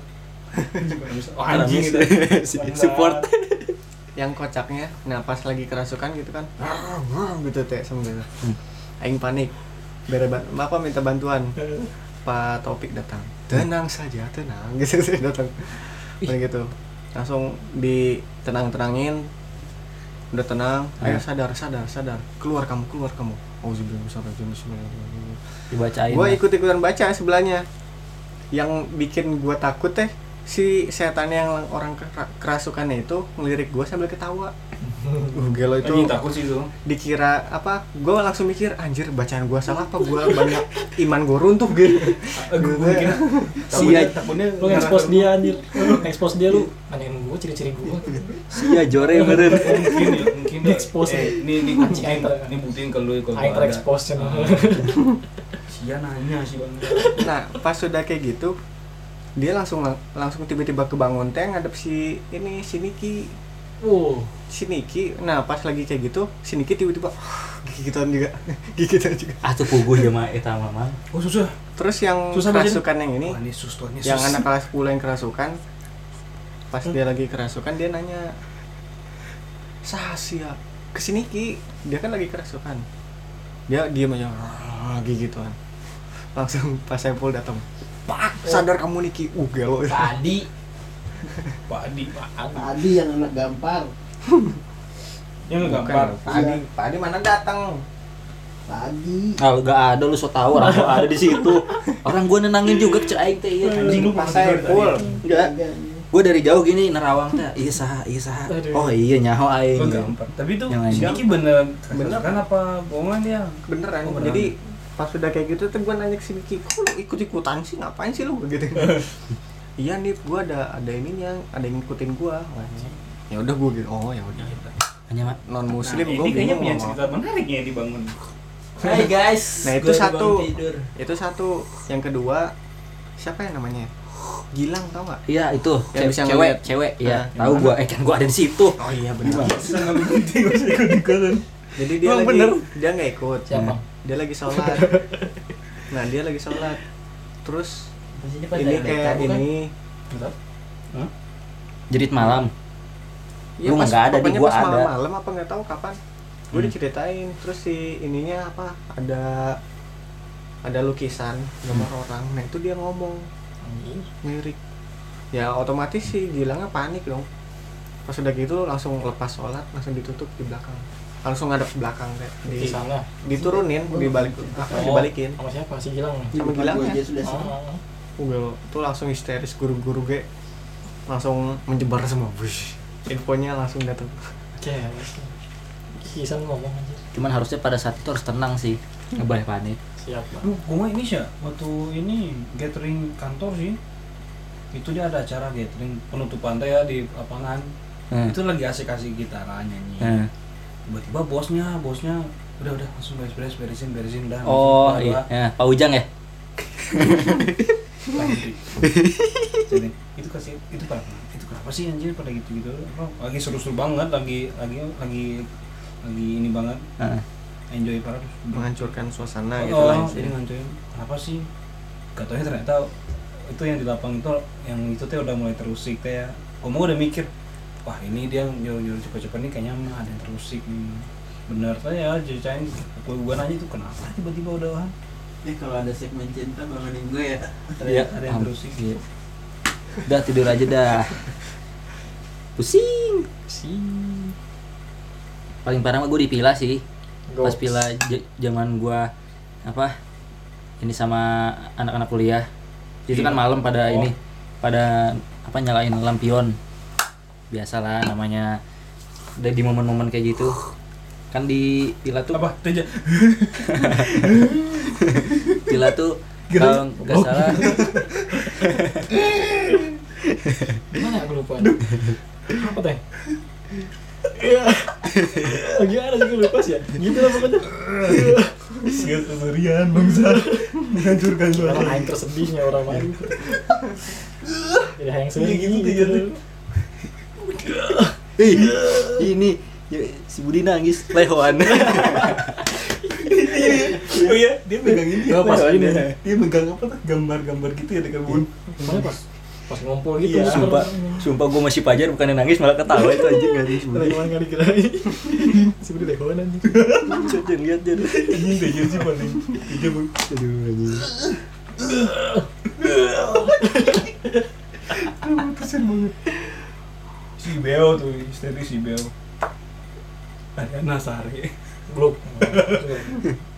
Oh, anjing gitu.
Si- support
Yang kocaknya, nah pas lagi kerasukan gitu kan, gitu teh sama gitu. Aing panik. Bere ban- apa minta bantuan. Pak Topik datang. Tenang saja, tenang. Gitu sih datang. Nah, gitu. Langsung ditenang-tenangin. Udah tenang. Ayo sadar, sadar, sadar. Keluar kamu, keluar kamu. Auzubillah minasyaitonir rajim, bismillahirrahmanirrahim.
dibacain
Gua ikut-ikutan baca sebelahnya. Yang bikin gua takut teh si setan yang orang kera- kerasukannya itu ngelirik gua sambil ketawa. Uh, gelo itu
Anjing takut sih itu.
dikira apa gue langsung mikir anjir bacaan gue salah apa gue banyak iman gue runtuh gitu
Gue mungkin
Sia.
takutnya- takutnya
Lu expose dia anjir. Expose dia lu. Nanyain gua ciri-ciri gua.
Iya. Sia jore meren.
mungkin ya mungkin ya.
Expose.
Eh, ini ini
Anjing,
buktiin
aing ter-
ini buktiin ke lu kalau
Aing
ada.
terexpose cen.
Ah. sia nanya sih bang
nah pas sudah kayak gitu dia langsung langsung tiba-tiba kebangun teh ngadep si ini si Niki
Wow.
si Niki nah pas lagi kayak gitu si Niki tiba-tiba gigitan juga gigitan juga
Ah tuh puguh ya mah eta mah Mang.
oh susah
terus yang
Susah baca.
kerasukan yang ini
wah ini sus tuanya
yang anak kelas 10 yang kerasukan pas
Hmm.
dia lagi kerasukan dia nanya ya, sahasia kesini ki dia kan lagi kerasukan dia dia aja "Ah," gigituan langsung pas sampul datang pak
Oh.
sadar kamu niki uh gelo
Tadi
pak Adi pak
Tadi yang anak gampar.
yang
Bukan,
gambar
tadi tadi mana datang
Tadi.
Ah lu gak ada lu so tau orang gua ada di situ. Orang gua nenangin juga ke aing teh ieu.
Anjing, lu
pas
pernah tidur
sampul
tadi?
enggak
Gua dari jauh gini nerawang teh. Iya saha, iya saha. Oh iya nyaho aing.
Lu gambar tapi itu
Yang lain.
si Niki bener
Bener.
kan apa bohongan dia
beneran
Oh, beneran.
jadi pas udah kayak gitu tuh gue nanya ke si Niki kok lu ikut ikutan sih ngapain sih lu gitu iya nih gue ada ada ininya ada yang ngikutin gue ya udah gue gitu oh ya udah
Hanya mah.
non muslim
Nah,
gue
ini kayaknya
bingung
punya
mau
cerita
apa.
menarik ya dibangun
Hai guys.
Nah, itu Gua satu. bangun tidur. itu satu yang kedua siapa ya namanya Gilang tau gak
Iya itu
Yang
Ce-
bisa
cewek,
ngeliat.
cewek. Iya,
Nah,
tahu
gimana?
gua. Eh kan gua ada di situ.
oh iya benar
sangat penting masih ikut ikutan
jadi dia
Emang
lagi
bener.
dia nggak ikut
siapa?
dia lagi sholat nah dia lagi sholat terus ini
kan?
kayak ini
Jerit malam.
Ya,
Lu
pas-
nggak ada, di
pokoknya
gua
pas
ada.
malam-malam apa nggak tahu kapan gue
Hmm.
diceritain terus si ininya apa ada ada lukisan gambar
Hmm.
orang nah itu dia ngomong
Anjing.
lirik ya otomatis si Gilangnya panik dong pas udah gitu langsung lepas sholat langsung ditutup di belakang langsung ngadep ke belakang kayak
Di
di,
sana.
diturunin dibalik apa
Oh.
dibalikin
Sama siapa? Si Gilang.
Di
Sama
depan gua
Gilang ya?
aja
Iya,
sudah sih.
Oh.
Ugal tuh langsung histeris guru-guru kayak langsung menjebar semua bush infonya langsung datang
Oke. Kisan ngomong aja.
Cuman harusnya pada saat itu harus tenang sih. nggak boleh panik
siap bang
Duh, gua mah ini sih ya, waktu ini gathering kantor sih itu dia ada acara gathering penutupan teh ya di lapangan
Hmm.
Nah,
itu lagi asik-asik gitaran nyanyi
nah.
tiba-tiba bosnya bosnya udah udah langsung beres beres beresin beresin udah
oh
langsung
iya
keluar,
ya, Pak Ujang ya
lah, gitu. Jadi, itu kasih itu kenapa itu kenapa sih anjir pada gitu gitu lagi seru-seru banget lagi lagi lagi lagi ini banget
Heeh.
enjoy parah terus
menghancurkan suasana gitu
oh,
lah
jadi
intinya.
ngancurin kenapa sih katanya ternyata itu yang di lapang itu yang itu teh udah mulai terusik teh ya Gua udah mikir wah ini dia nyuruh nyuruh cepet cepet nih kayaknya mah ada yang terusik nih bener teh ya jacain gue gue nanya tuh kenapa tiba-tiba udah wah
Nih kalau ada segmen cinta bangunin gue ya.
Ada- ada yang
am-
terusik
iya. udah tidur aja dah pusing paling parah mah gue di pila sih
Go.
pas pila j- zaman gua apa ini sama anak-anak kuliah itu
Iya.
kan malam pada
Oh.
ini pada apa nyalain lampion biasalah namanya Udah di momen-momen kayak gitu kan di pila tuh
apa teh ja-
pila tuh kalau nggak salah
gimana aku lupa apa teh Iya. Gimana sih gue lupa sih ya? Gitu lah pokoknya.
Sial keserian bangsa Menghancurkan
Orang main tersedihnya orang main. Tidak yang sedih
gitu, gitu.
gitu.
Ih, Eh, ini ya, si Budi nangis lehoan
Oh iya, dia pegang ini
Gua pas
Lewan
ini.
ya.
iya.
Dia megang apa tuh, gambar-gambar gitu ya di kebun
Soalnya pas pas ngumpul gitu
Iya, sumpah sumpah gue masih pajar bukannya nangis malah ketawa itu aja
Lewan kali kira Sebenernya lewan aja
jangan lihat jadi
Ini deh, sih paling Dia bu- Putusin banget Si Beo tuh, istri si Beo Ariana Sari
Blok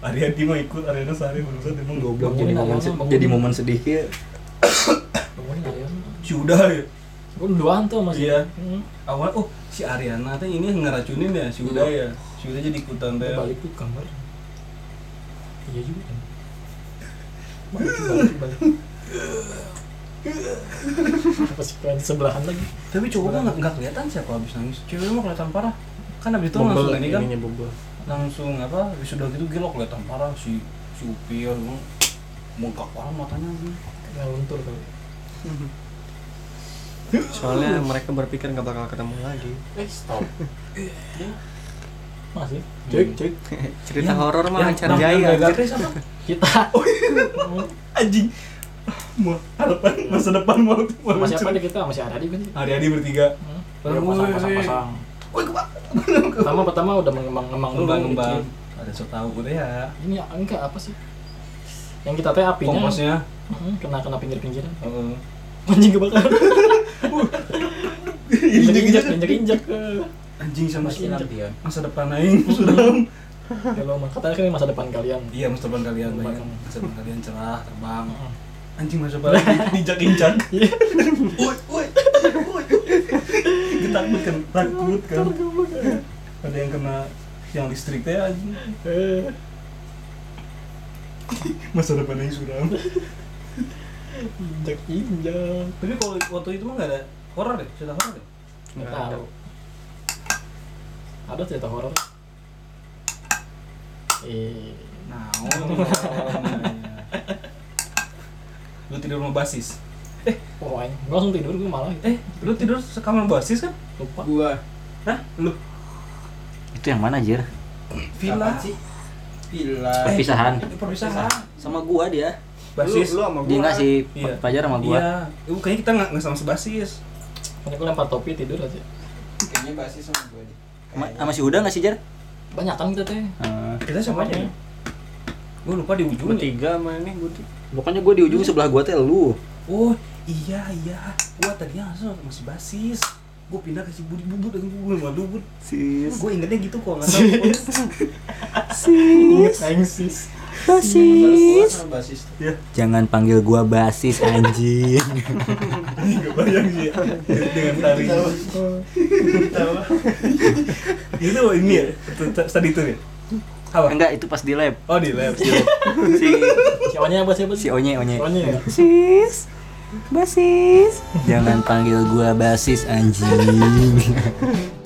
Ariadi mah ikut Ariana Sari barusan emang
goblok
Bangunin
jadi momen
Ariana,
sed-
bangunin.
jadi momen sedih ya
Ngomongin Ariana
Sudah ya
Gue berduaan tuh Hmm. masih
Iya. Awal, oh si Ariana tuh ini ngeracunin ya, si Uda ya Si Uda jadi ikutan teh
Balik tuh kamar Iya juga kan Balik balik balik Apa sih kalian sebelahan lagi
Tapi cowok mah nggak- nggak kelihatan siapa abis nangis Cewek mah kelihatan parah Kan abis itu langsung ini kan
ininya bobol.
langsung apa sudah gitu gila kelihatan parah si si upil mengkak parah matanya
Nggak luntur kali
soalnya mereka berpikir nggak bakal ketemu lagi
Eh stop Iya. Masih Cek cek
cerita horor mah
yang
lancar
yang- yang
jaya
gagal
anjir.
teh siapa?
Kita
anjing mau harapan masa depan mau tuh mau
Masih
lucu.
apa deh kita Masih ada di kan
hari-hari bertiga
Hmm.
Bareng
Ya,
gue.
pasang-pasang-pasang. Pertama pertama udah mengembang-ngembang dulu
ngembang ngembang
dikit.
ada so tau udah ya
Ini enggak apa sih? Yang kita teh apinya
komposnya
Hmm, kena kena pinggir-pinggiran.
heeh.
Anjing kebakaran. Injek-injek, injek-injek.
anjing sama si
Masih
lampion masa depan aing sudah
Kalau mah katanya kan ini masa depan kalian.
iya masa depan kalian
Terbang.
bayangin. masa depan kalian cerah terbang
Heeh.
anjing masa depan injak injak
Iya.
Woi, woi, woi. Ketakut kan, takut kan. Ada yang kena yang listriknya aja.
Eh,
Masa depannya suram.
Injek-injek.
Tapi kalau waktu itu mah nggak ada horor deh, cerita ya? horor deh.
Nggak
Nggak
tahu. Ada cerita horor? Eh,
Nah, lu tidur sama basis.
oh, anjing. Gua langsung tidur gua malah
Eh, lu tidur sekamar basis kan?
lupa.
Gua.
Hah? Lu
itu yang mana jir
villa
Kapan sih? Villa.
perpisahan
Eh, perpisahan.
sama gua dia
Basis.
lu, lu sama
dia
gua
nggak sih
Iya.
pa- pajar sama gua
Iya, Lu kayaknya kita nggak nggak sama sebasis.
Mending gua lempar topi tidur aja.
Kayaknya basis sama gue deh.
Ma- sama si Huda nggak sih jar
Banyak kan kita teh.
Eh,
Kita sama aja.
Iya.
ya? Gua lupa di ujung. nih.
bertiga sama ini Budi
pokoknya gua di ujung sebelah gua teh lu
Oh iya iya, gua tadinya langsung masih basis. Gua pindah ke si Budi Bubut dan gua sama Bubut.
sis
Gua ingetnya gitu kok nggak tahu.
Ingat aing sis.
Gua sama basis. tuh.
Iya. jangan panggil gua basis anjing
Gak bayang sih ya. dengan tari.
Tahu.
Itu ini ya, tadi itu ya. Apa?
Enggak, itu pas di lab.
Oh di lab.
Si
Siapanya apa siapa
si
sih?
Onye, Onye.
Siapanya ya?
Sis. Basis. Jangan panggil gua basis anjing.